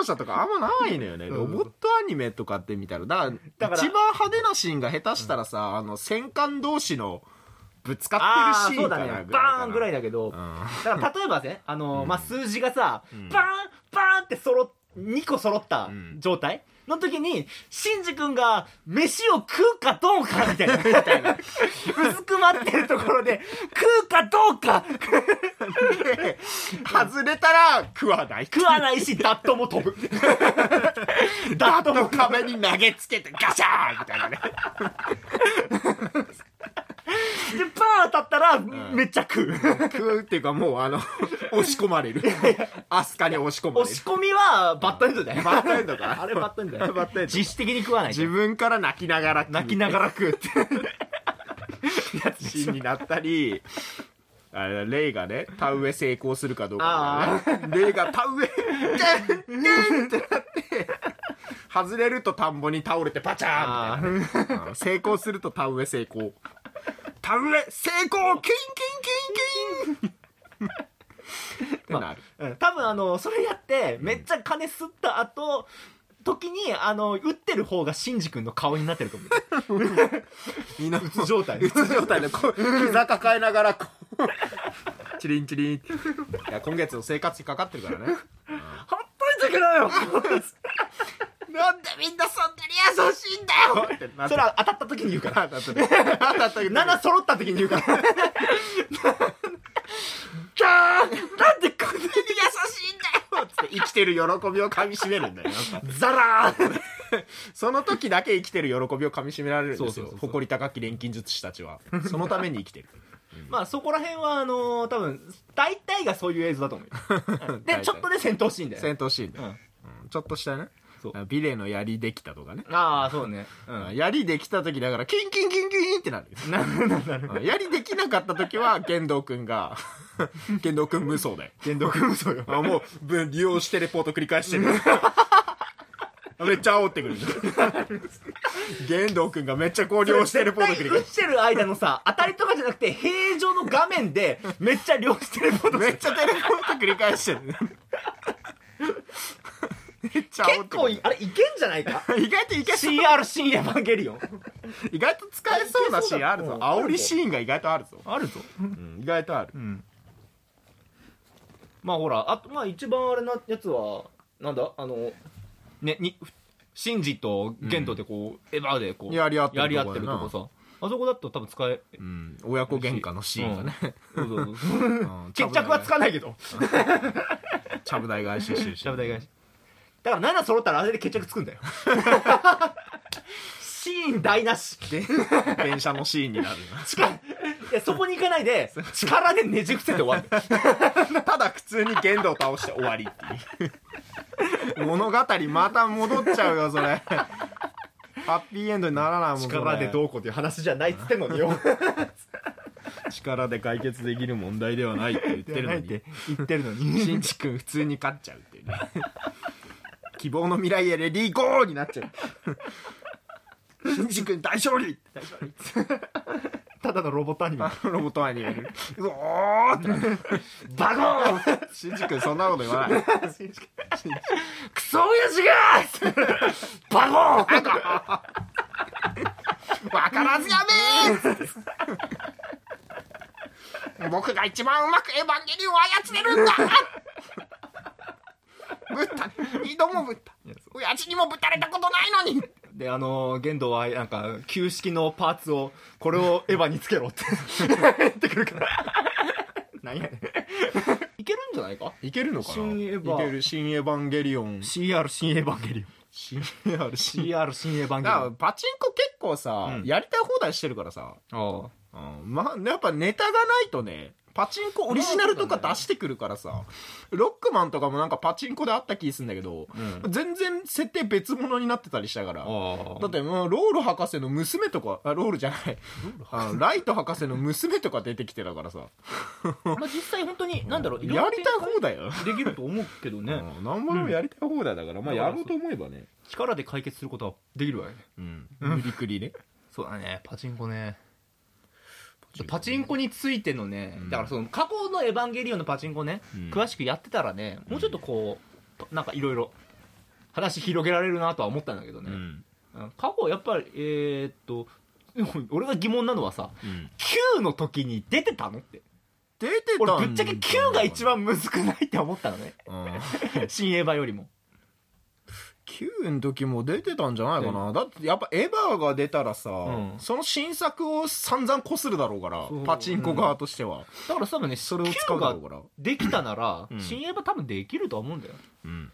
[SPEAKER 2] 描写とかあんまないのよね。
[SPEAKER 1] うん
[SPEAKER 2] ロボットアニメとかって見たら、だから、
[SPEAKER 1] だから
[SPEAKER 2] 一番派手なシーンが下手したらさ、あの、戦艦同士のぶつかってるシーンか
[SPEAKER 1] [laughs]
[SPEAKER 2] な
[SPEAKER 1] あーそうだねバーンぐら
[SPEAKER 2] い
[SPEAKER 1] いだけど、
[SPEAKER 2] かな。
[SPEAKER 1] だから例えばね、あのー
[SPEAKER 2] うん
[SPEAKER 1] まあ、数字がさ、
[SPEAKER 2] うん
[SPEAKER 1] バーンバーンってそろ2個揃った
[SPEAKER 2] うん
[SPEAKER 1] 状態の時に、シンジ君が飯を食うかどうかみた [laughs] いな。薄くまってるところで、食うかどうか
[SPEAKER 2] うんで [laughs] 外れたら食わない。
[SPEAKER 1] 食わないし、ダットも [laughs] 飛ぶ。
[SPEAKER 2] ダートの壁に投げつけてガシャーンみたいなね。
[SPEAKER 1] で、バーン当たったら、めっちゃ食う。
[SPEAKER 2] 食うっていうかもうあ [laughs] の、押し込まれる。アスカに押し込まれ
[SPEAKER 1] 押
[SPEAKER 2] る
[SPEAKER 1] し。込みは、バッドエンドだよ。
[SPEAKER 2] バッドエンドか
[SPEAKER 1] [laughs] あれバッドエンドだよ。
[SPEAKER 2] [laughs] バッドエンド
[SPEAKER 1] 自主的に食わないと
[SPEAKER 2] 自。分から泣きながら食う
[SPEAKER 1] 泣きながら食うって。
[SPEAKER 2] シーンになったり、あれレイがね、田植え成功するかどうかだよね、レイが田植え、ゲンゲンってなって、外れると田んぼに倒れてパチャーンみたいな
[SPEAKER 1] あ
[SPEAKER 2] うん成功すると田植え成功。田植え成功キンキンキンキンてなる。
[SPEAKER 1] うん多分あのそれやってめっちゃ金吸った後時にあの打ってる方がシンジ君の顔になってると思う
[SPEAKER 2] みんな、
[SPEAKER 1] うつ状態 [laughs]
[SPEAKER 2] うつ状態で、こう、膝抱えながら、こ [laughs] う、チリンチリンって。いや、今月の生活費かかってるからね。
[SPEAKER 1] ほっといてくれよ
[SPEAKER 2] なんでみんなそんなに優しいんだよってな
[SPEAKER 1] [laughs]
[SPEAKER 2] っ
[SPEAKER 1] そ
[SPEAKER 2] て
[SPEAKER 1] れは当たった時に言うから
[SPEAKER 2] だって [laughs] ね
[SPEAKER 1] 7揃った時に言うから
[SPEAKER 2] なんでこんなに優しいんだよつ [laughs] って生きてる喜びをかみしめるんだよ。なんか
[SPEAKER 1] ザラー
[SPEAKER 2] [laughs] その時だけ生きてる喜びをかみしめられるんです
[SPEAKER 1] そうそうそ
[SPEAKER 2] よ
[SPEAKER 1] う。そう
[SPEAKER 2] 誇り高き錬金術師たちは。そのために生きてる。
[SPEAKER 1] [laughs] まあそこら辺はあのー多分大体がそういう映像だと思う
[SPEAKER 2] [laughs]
[SPEAKER 1] よでちょっとで戦闘シーンだよね
[SPEAKER 2] 戦闘シーンで
[SPEAKER 1] う。ん
[SPEAKER 2] うんちょっとしたね
[SPEAKER 1] そう。
[SPEAKER 2] ビレの槍できたとかね。
[SPEAKER 1] ああそうねうん
[SPEAKER 2] 槍できた時だから、キンキンキンキン [laughs] ってなる。
[SPEAKER 1] なるなるなる
[SPEAKER 2] うんやりできなかった時は、剣道くんが、 [laughs] 剣道くん無双だよ。
[SPEAKER 1] 電動君そうよ
[SPEAKER 2] あもう、ぶ利用してレポート繰り
[SPEAKER 1] [laughs]
[SPEAKER 2] 返してる。めっちゃ煽ってくる。剣道くんがめっちゃこう利用してレポート繰り
[SPEAKER 1] 打
[SPEAKER 2] 返
[SPEAKER 1] っ
[SPEAKER 2] して
[SPEAKER 1] る間のさ当たりとかじゃなくて平常の画面でめっちゃ量してること
[SPEAKER 2] てる。めっちゃテレポート繰り返してる。めっちゃ煽
[SPEAKER 1] 結
[SPEAKER 2] って
[SPEAKER 1] 構
[SPEAKER 2] く
[SPEAKER 1] い
[SPEAKER 2] る。
[SPEAKER 1] あれいけんじゃないか
[SPEAKER 2] 意外といけそう
[SPEAKER 1] CR 新エヴァンゲリオン
[SPEAKER 2] 意外と使えそうなシーンあるぞ。
[SPEAKER 1] うん
[SPEAKER 2] 煽りシーンが意外とあるぞ。
[SPEAKER 1] あるぞ
[SPEAKER 2] 意外とある。
[SPEAKER 1] うんまあほらあとまあ一番あれなやつはなんだあのねにシンジとゲントでこう、エヴァでこう
[SPEAKER 2] やり合ってるとこ
[SPEAKER 1] や
[SPEAKER 2] やな
[SPEAKER 1] り合ってるとこさあそこだと多分使え
[SPEAKER 2] うん。親子喧嘩のシーンがね。
[SPEAKER 1] そうそうそう
[SPEAKER 2] うん
[SPEAKER 1] 決着はつかないけど
[SPEAKER 2] ちゃぶ台返ししてるし。
[SPEAKER 1] しゃぶ台返しだから7揃ったらあれで決着つくん [laughs] だよシーン台無し
[SPEAKER 2] で [laughs] 電車のシーンになる
[SPEAKER 1] 力いやそこに行かないで力でねじ伏せて終わる
[SPEAKER 2] なただ普通に剣道倒して終わりっていう物語また戻っちゃうよそれハッピーエンドにならないもんそれ
[SPEAKER 1] [laughs] 力でどうこうっていう話じゃないっつってんのによ
[SPEAKER 2] 力で解決できる問題ではないって言ってるのに
[SPEAKER 1] 言ってるのに
[SPEAKER 2] しんちくん普通に勝っちゃうっていうね希望の未来へレディーゴーになっちゃうしんちくん大勝利
[SPEAKER 1] [laughs] ただのロボットアニメ
[SPEAKER 2] ロボットアニメうおーってなる
[SPEAKER 1] バゴーン
[SPEAKER 2] しんちくんそんなこと言わない
[SPEAKER 1] クソ親父がバゴーン
[SPEAKER 2] わからずやめー僕が一番うまくエヴァンゲリオンを操れるんだぶった二度もぶった親父にもぶたれたことないのに
[SPEAKER 1] であの玄道はなんか旧式のパーツをこれをエヴァにつけろって言ってくるからなん [laughs] やねんいけるんじゃないか
[SPEAKER 2] いけるの
[SPEAKER 1] かな
[SPEAKER 2] ないける新エヴァンゲリオン
[SPEAKER 1] CR 新エヴァンゲリ
[SPEAKER 2] 新 r
[SPEAKER 1] オン CR 新エヴァンゲリオ
[SPEAKER 2] だ
[SPEAKER 1] ン
[SPEAKER 2] パチンコ結構さ、
[SPEAKER 1] うん
[SPEAKER 2] やりたい放題してるからさ、
[SPEAKER 1] ああ
[SPEAKER 2] うん、まあやっぱネタがないとねパチンコオリジナルとか出してくるからさ、ロックマンとかもなんかパチンコであった気するんだけど、
[SPEAKER 1] う
[SPEAKER 2] 全然設定別物になってたりしたから、
[SPEAKER 1] あ
[SPEAKER 2] だってもうロール博士の娘とかあロールじゃないあライト博士の娘とか出てきてたからさ
[SPEAKER 1] まあ、実際本当に何だろう
[SPEAKER 2] やりたい放題よ、
[SPEAKER 1] できると思うけどね、
[SPEAKER 2] うん、何もでもやりたい放題だから、まあ
[SPEAKER 1] だから
[SPEAKER 2] やろうと思えばね、
[SPEAKER 1] 力で解決することはできるわよね
[SPEAKER 2] うん、無理くりね
[SPEAKER 1] そうだねパチンコねパチンコについてのね、
[SPEAKER 2] うん
[SPEAKER 1] だからその過去の「エヴァンゲリオン」のパチンコね、
[SPEAKER 2] うん
[SPEAKER 1] 詳しくやってたらねもうちょっとこう、なんかいろいろ話広げられるなとは思ったんだけどね、うん過去やっぱりえーっと [laughs] でも俺が疑問なのはさ
[SPEAKER 2] うん
[SPEAKER 1] 9の時に出てたのって
[SPEAKER 2] 出てたんだ
[SPEAKER 1] 俺ぶっちゃけ9が一、番むずくないって思った
[SPEAKER 2] [laughs]
[SPEAKER 1] のね
[SPEAKER 2] うん
[SPEAKER 1] 新エヴァよりも
[SPEAKER 2] 9の時も出てたんじゃないかな、だってやっぱエヴァが出たらさ、
[SPEAKER 1] うん
[SPEAKER 2] その新作を散々こするだろうから
[SPEAKER 1] そう
[SPEAKER 2] パチンコ側としては、
[SPEAKER 1] だから多分ねそ
[SPEAKER 2] それを使うだ
[SPEAKER 1] が
[SPEAKER 2] ろうから、
[SPEAKER 1] できたなら、
[SPEAKER 2] うん
[SPEAKER 1] 新エヴァ多分できるとは思うんだよ、うん、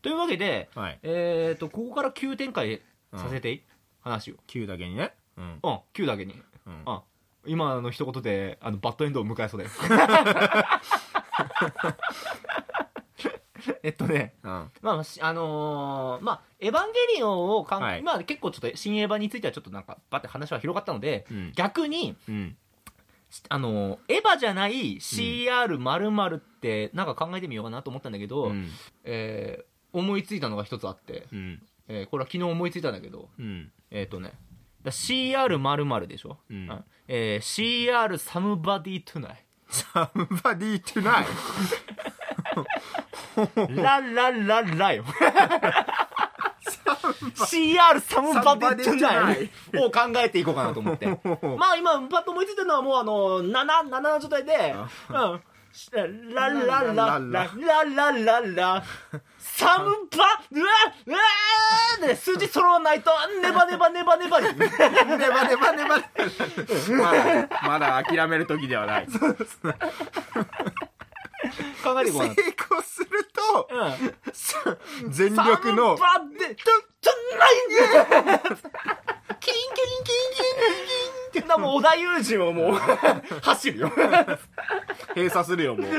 [SPEAKER 1] というわけで、
[SPEAKER 2] はい
[SPEAKER 1] えー、とここから急展開させて、話を、
[SPEAKER 2] 9だけにね、うん
[SPEAKER 1] うん、急だけに、
[SPEAKER 2] うん
[SPEAKER 1] あ今の一言であのバッドエンドを迎え
[SPEAKER 2] [laughs]
[SPEAKER 1] そうだよえっとね
[SPEAKER 2] うん
[SPEAKER 1] まあしあのーまあエヴァンゲリオンをかん、
[SPEAKER 2] はい
[SPEAKER 1] まあ結構ちょっと新エヴァについてはちょっとなんかバって話は広がったので
[SPEAKER 2] うん
[SPEAKER 1] 逆に
[SPEAKER 2] うん
[SPEAKER 1] あのーエヴァじゃない CR○○ ってなんか考えてみようかなと思ったんだけど、
[SPEAKER 2] うん
[SPEAKER 1] えー思いついたのが一つあって、
[SPEAKER 2] うん
[SPEAKER 1] えーこれは昨日思いついたんだけど
[SPEAKER 2] うん
[SPEAKER 1] えっ、とねだ CR○○ でしょ、
[SPEAKER 2] うん
[SPEAKER 1] えー、CR サムバディトゥナイ
[SPEAKER 2] サムバディトゥナイ
[SPEAKER 1] ララララよ。CR サムバデじゃない
[SPEAKER 2] サム
[SPEAKER 1] を考えていこうかなと [laughs] 思って。まあ今、パッと思いついたのはもうあの、7、7の状態で、うん。ラララララララララサムバうわうわーで数字揃わないとネバネバネバネ [laughs] バに
[SPEAKER 2] ネバネバネバネまだまだ諦める時ではない成
[SPEAKER 1] 考えていこうかなと
[SPEAKER 2] 功すると
[SPEAKER 1] うん
[SPEAKER 2] さ全力の
[SPEAKER 1] サンバでちょちょないんだよキリンキリンキリンキリンキリンってなもう織田裕二も [laughs] もう走るよ
[SPEAKER 2] 閉鎖するよもう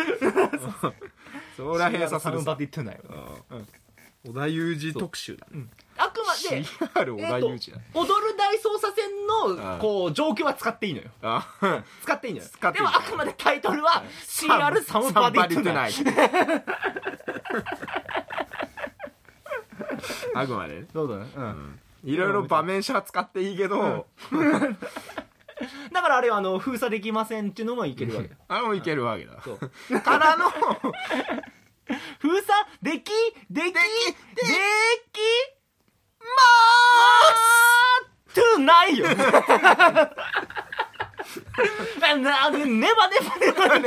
[SPEAKER 2] そりゃ閉鎖す
[SPEAKER 1] サ
[SPEAKER 2] る
[SPEAKER 1] ン
[SPEAKER 2] さ
[SPEAKER 1] バで言ってないよね
[SPEAKER 2] 織田裕二特集だね
[SPEAKER 1] あくまで
[SPEAKER 2] CR 織
[SPEAKER 1] え
[SPEAKER 2] 田
[SPEAKER 1] っと踊
[SPEAKER 2] 裕
[SPEAKER 1] る
[SPEAKER 2] 二だね
[SPEAKER 1] 大捜査線
[SPEAKER 2] う
[SPEAKER 1] の
[SPEAKER 2] ん
[SPEAKER 1] こう状況は使っていいのよ
[SPEAKER 2] あ
[SPEAKER 1] 使っていいのよ
[SPEAKER 2] 使っていい
[SPEAKER 1] でもあくまでタイトルは CR サム
[SPEAKER 2] サ
[SPEAKER 1] バ
[SPEAKER 2] ン
[SPEAKER 1] ディ
[SPEAKER 2] バ
[SPEAKER 1] って言
[SPEAKER 2] リト
[SPEAKER 1] って
[SPEAKER 2] ゥナ
[SPEAKER 1] な
[SPEAKER 2] イ
[SPEAKER 1] い
[SPEAKER 2] トあくまでね
[SPEAKER 1] そうだねうん
[SPEAKER 2] いろいろ場面者使っていいけど、
[SPEAKER 1] だからあれはあの封鎖できませんっていうのもいけるわけだ
[SPEAKER 2] あれもいけるわけだ。
[SPEAKER 1] そう
[SPEAKER 2] からの、
[SPEAKER 1] 封鎖できできできまートゥないよななネバネバネバネバ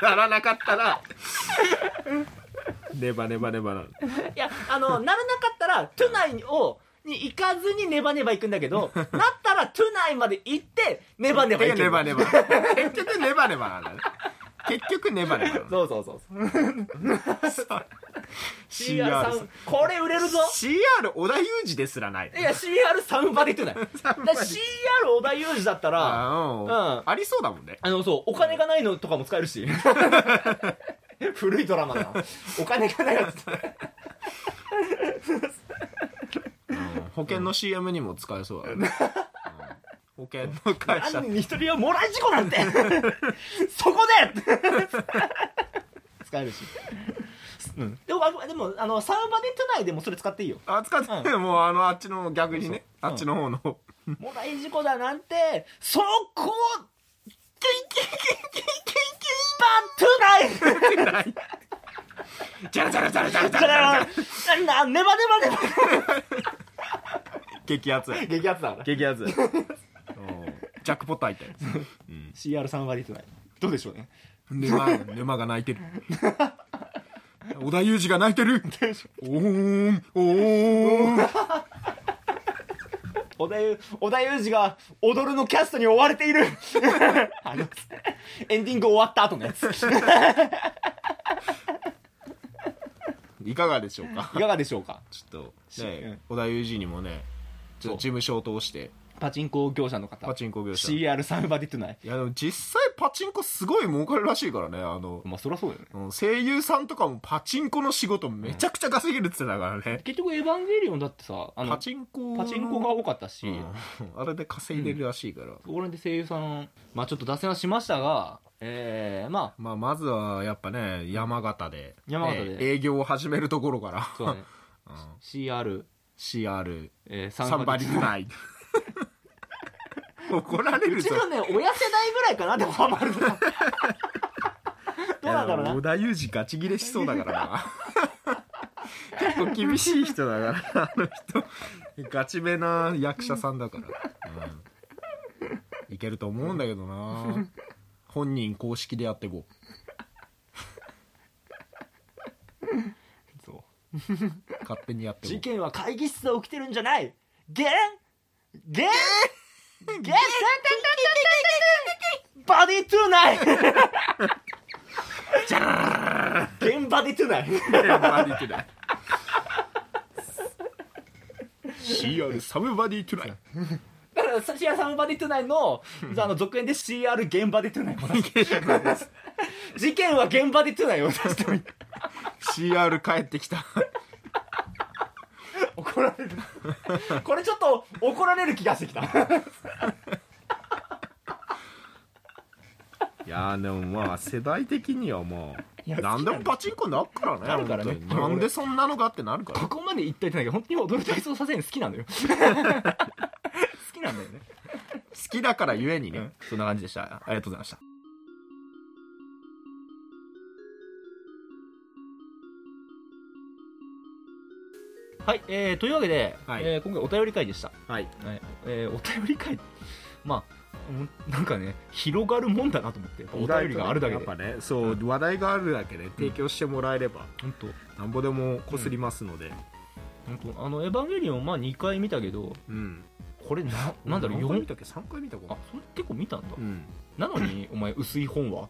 [SPEAKER 2] ならなかっ
[SPEAKER 1] [laughs]
[SPEAKER 2] たら、ネバネバネバな
[SPEAKER 1] い
[SPEAKER 2] の。
[SPEAKER 1] やあのならなかったらトゥナイをに行かずにネバネバ行くんだけ
[SPEAKER 2] [laughs]
[SPEAKER 1] どなったらトゥナイまで行ってネバネバ行け
[SPEAKER 2] ネ
[SPEAKER 1] る
[SPEAKER 2] バネバ。結局ネバネバなんだね。結局ネバネバなんだ。
[SPEAKER 1] そうそうそうそう CR さ
[SPEAKER 2] CR
[SPEAKER 1] んこれ売れるぞ
[SPEAKER 2] CR 小田裕二ですらない。
[SPEAKER 1] いや CR サムバで言ってない
[SPEAKER 2] [laughs]
[SPEAKER 1] だから CR 小田裕二だったら
[SPEAKER 2] あ
[SPEAKER 1] うん
[SPEAKER 2] ありそうだもんね。
[SPEAKER 1] あの、そう、お金がないのとかも使えるし。古いドラマだな。お金がないやつ。
[SPEAKER 2] 保険の CM にも使えそうだね。うん保険の会社
[SPEAKER 1] あ。んに一人はもらい事故なんてそこで使えるし。うん、でも、あでもあの、サウバネトゥナイでもそれ使っていいよ。
[SPEAKER 2] あ、使って、もうあの、あっちの逆にね、
[SPEAKER 1] そう
[SPEAKER 2] あっちの方の。
[SPEAKER 1] もらい事故だなんて、そこキンキンキンキンキンキンバントゥナイ
[SPEAKER 2] じゃらじゃらじゃらじゃらじ
[SPEAKER 1] だ
[SPEAKER 2] ゃ
[SPEAKER 1] から
[SPEAKER 2] じゃ
[SPEAKER 1] ら
[SPEAKER 2] ら、
[SPEAKER 1] な、ネバネバネバ。
[SPEAKER 2] 激アツ。
[SPEAKER 1] 激アツだから。
[SPEAKER 2] 激アツ。うんジャックポット入ったよ。
[SPEAKER 1] CR サウバネトゥナイ。どうでしょうね。
[SPEAKER 2] 沼沼が泣いてる織田裕二が泣いてるおーんおーん
[SPEAKER 1] 織田ゆ織田裕二が踊るのキャストに追われている [laughs] あのエンディング終わった後のや [laughs] つい
[SPEAKER 2] いかがでしょうか
[SPEAKER 1] かがでしょうか
[SPEAKER 2] ちょっ
[SPEAKER 1] し
[SPEAKER 2] とね
[SPEAKER 1] う
[SPEAKER 2] 織田裕二にもねちょっ
[SPEAKER 1] そう
[SPEAKER 2] と事務所を通して
[SPEAKER 1] パチンコ業者の方
[SPEAKER 2] パチンコ業者い
[SPEAKER 1] CR サムバディトゥナイ
[SPEAKER 2] やでも実際パチンコすごい儲かるらしいからねあの、
[SPEAKER 1] まあそりゃそうだよね
[SPEAKER 2] うん声優さんとかもパチンコの仕事めちゃくちゃ稼げるって言ってたからね、
[SPEAKER 1] 結局エヴァンゲリオンだってさあの
[SPEAKER 2] パ
[SPEAKER 1] パチ
[SPEAKER 2] チンコ
[SPEAKER 1] ンコが多かったし、
[SPEAKER 2] うんあれで稼いでるらしいから、
[SPEAKER 1] これで声優さんまあちょっと脱線はしましたがえー、まあ
[SPEAKER 2] まあ、まずはやっぱね山形で
[SPEAKER 1] 山形で
[SPEAKER 2] ね営業を始めるところから
[SPEAKER 1] [laughs] そうだね、
[SPEAKER 2] うん
[SPEAKER 1] CR、
[SPEAKER 2] CR
[SPEAKER 1] えー、サ
[SPEAKER 2] サ
[SPEAKER 1] ム
[SPEAKER 2] ン
[SPEAKER 1] バ
[SPEAKER 2] バ
[SPEAKER 1] デ
[SPEAKER 2] リ
[SPEAKER 1] ィ
[SPEAKER 2] ズナイ怒られ
[SPEAKER 1] [laughs] う
[SPEAKER 2] る
[SPEAKER 1] ち
[SPEAKER 2] ぞ
[SPEAKER 1] のね親世代ぐらいかなでもハマ [laughs] るのどうなんだろう
[SPEAKER 2] いや
[SPEAKER 1] な
[SPEAKER 2] 織田裕二ガチギレしそうだからな結構厳しい人だからあの人ガチめな役者さんだから、うんいけると思うんだけどな本人公式でやってこ
[SPEAKER 1] そう
[SPEAKER 2] う勝手にやってこ
[SPEAKER 1] 事
[SPEAKER 2] う
[SPEAKER 1] 件は会議室で起きてるんじゃないゲンゲンゲンゲンバディトゥナイゲンバディトゥナイ
[SPEAKER 2] バディトゥナイ CR サムバディトゥナイ
[SPEAKER 1] だから CR サムバディトゥナイのあの続編で CR ゲンバディトゥナイも出して [laughs] 事件は現場でトゥナイを出してもいい
[SPEAKER 2] CR 帰ってきた
[SPEAKER 1] 怒られるこれちょっと怒られる気がしてきた
[SPEAKER 2] いやーでもまあ世代的にはも
[SPEAKER 1] いや
[SPEAKER 2] う何でもパチンコになるからね
[SPEAKER 1] なるからね
[SPEAKER 2] 本当になんでそんなのがってな
[SPEAKER 1] [laughs]
[SPEAKER 2] るから
[SPEAKER 1] ここまで言ったりてないけど本当に踊る体操させるの好き [laughs] なのよ好きなんだよね
[SPEAKER 2] 好きだからゆえにね、
[SPEAKER 1] そんな感じでしたありがとうございましたはい、えーというわけで、
[SPEAKER 2] はい
[SPEAKER 1] えー今回お便り会でした、
[SPEAKER 2] はい。
[SPEAKER 1] はいえーお便り会 [laughs] まあうんなんかね広がるもんだなと思ってやっぱお便りがあるだけ
[SPEAKER 2] 意
[SPEAKER 1] で
[SPEAKER 2] 外とねやっぱね、そう、話題があるだけで提供してもらえれば、
[SPEAKER 1] 本当
[SPEAKER 2] なんぼでもこすりますので。
[SPEAKER 1] 本当あの「エヴァンゲリオン」まあ2回見たけど
[SPEAKER 2] うん。
[SPEAKER 1] これななんだろう
[SPEAKER 2] 4回見
[SPEAKER 1] 四
[SPEAKER 2] たっけ ?3 回見たか
[SPEAKER 1] あそれ結構見たんだ、
[SPEAKER 2] うん。
[SPEAKER 1] なのに
[SPEAKER 2] [laughs]
[SPEAKER 1] お前薄い本は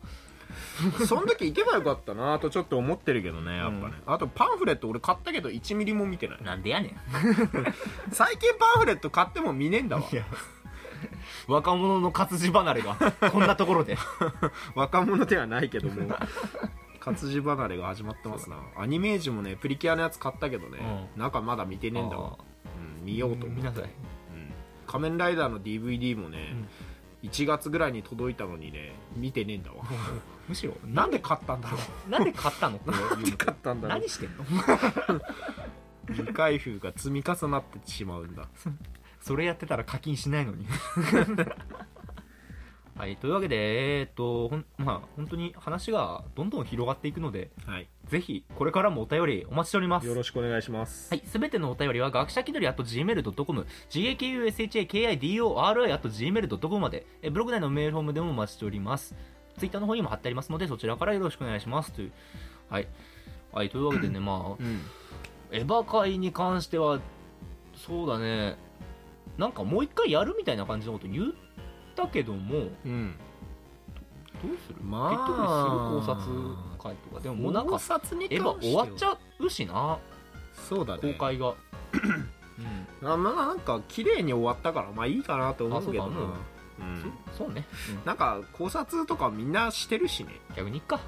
[SPEAKER 2] その時行けばよかったなとちょっと思ってるけどね、やっぱね。あとパンフレット俺買ったけど1ミリも見てない。 [laughs]
[SPEAKER 1] なんでやねん
[SPEAKER 2] 最近パンフレット買っても見ねえんだわ。
[SPEAKER 1] いや [laughs] 若者の活字離れ
[SPEAKER 2] [laughs]
[SPEAKER 1] がこんなところで
[SPEAKER 2] 若者ではないけど [laughs] も活字離れが始まってますなアニメージュもねプリキュアのやつ買ったけどね、なんかまだ見てねえんだわ、うん、見ようと思
[SPEAKER 1] 見
[SPEAKER 2] う、うん
[SPEAKER 1] なさい
[SPEAKER 2] 仮面ライダーの DVD もね、1月ぐらいに届いたのにね見てねえんだわ
[SPEAKER 1] むしろな
[SPEAKER 2] [laughs] なんで買ったんだろう
[SPEAKER 1] なんで買
[SPEAKER 2] [laughs]
[SPEAKER 1] ったのこれを言うの
[SPEAKER 2] 買ったんだろう
[SPEAKER 1] 何してんの
[SPEAKER 2] 未開封が積み重なってしまうんだ
[SPEAKER 1] それやってたら課金しないの
[SPEAKER 2] [laughs]
[SPEAKER 1] にはいというわけでえーっとほんまあ本当に話がどんどん広がっていくので
[SPEAKER 2] はい
[SPEAKER 1] ぜひこれからもお便りお待ちしております
[SPEAKER 2] よろしくお願いします、
[SPEAKER 1] はい、すべてのお便りは学者気取り at gmail.com、gakushakidori at gmail.com まで、えブログ内のメールフォームでもお待ちしております。ツイッターの方にも貼ってありますので、そちらからよろしくお願いします。という。はい。はい、というわけでね、まあ、
[SPEAKER 2] うん、
[SPEAKER 1] エヴァ会に関しては、そうだね、なんかもう一回やるみたいな感じのこと言ったけども、どう
[SPEAKER 2] うん、
[SPEAKER 1] する、
[SPEAKER 2] まあ
[SPEAKER 1] 結局する考察会とか、でももうなん
[SPEAKER 2] 考
[SPEAKER 1] か、
[SPEAKER 2] 察に関
[SPEAKER 1] エ
[SPEAKER 2] し
[SPEAKER 1] ヴ
[SPEAKER 2] ては
[SPEAKER 1] ァ終わっちゃうしな、
[SPEAKER 2] そうだ
[SPEAKER 1] 公
[SPEAKER 2] ね
[SPEAKER 1] 開が。うん
[SPEAKER 2] あまあなんか綺麗に終わったからまあいいかなと思うけど
[SPEAKER 1] あ
[SPEAKER 2] な
[SPEAKER 1] そうか
[SPEAKER 2] うん
[SPEAKER 1] そそうね、
[SPEAKER 2] なんか考察とかみんなしてるしね、
[SPEAKER 1] 逆にいっか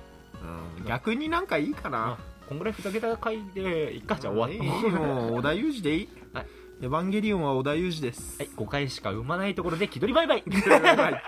[SPEAKER 2] うん、逆になんかいいかな
[SPEAKER 1] あこんぐらいふざけた回でいっかじゃあ終わ
[SPEAKER 2] いい
[SPEAKER 1] っ
[SPEAKER 2] もう織田裕二でいい、
[SPEAKER 1] [laughs] はい
[SPEAKER 2] エヴァンゲリオンは織田裕二です [laughs]
[SPEAKER 1] たはい5回しか生まないところで気取りバイバイ
[SPEAKER 2] バイバイ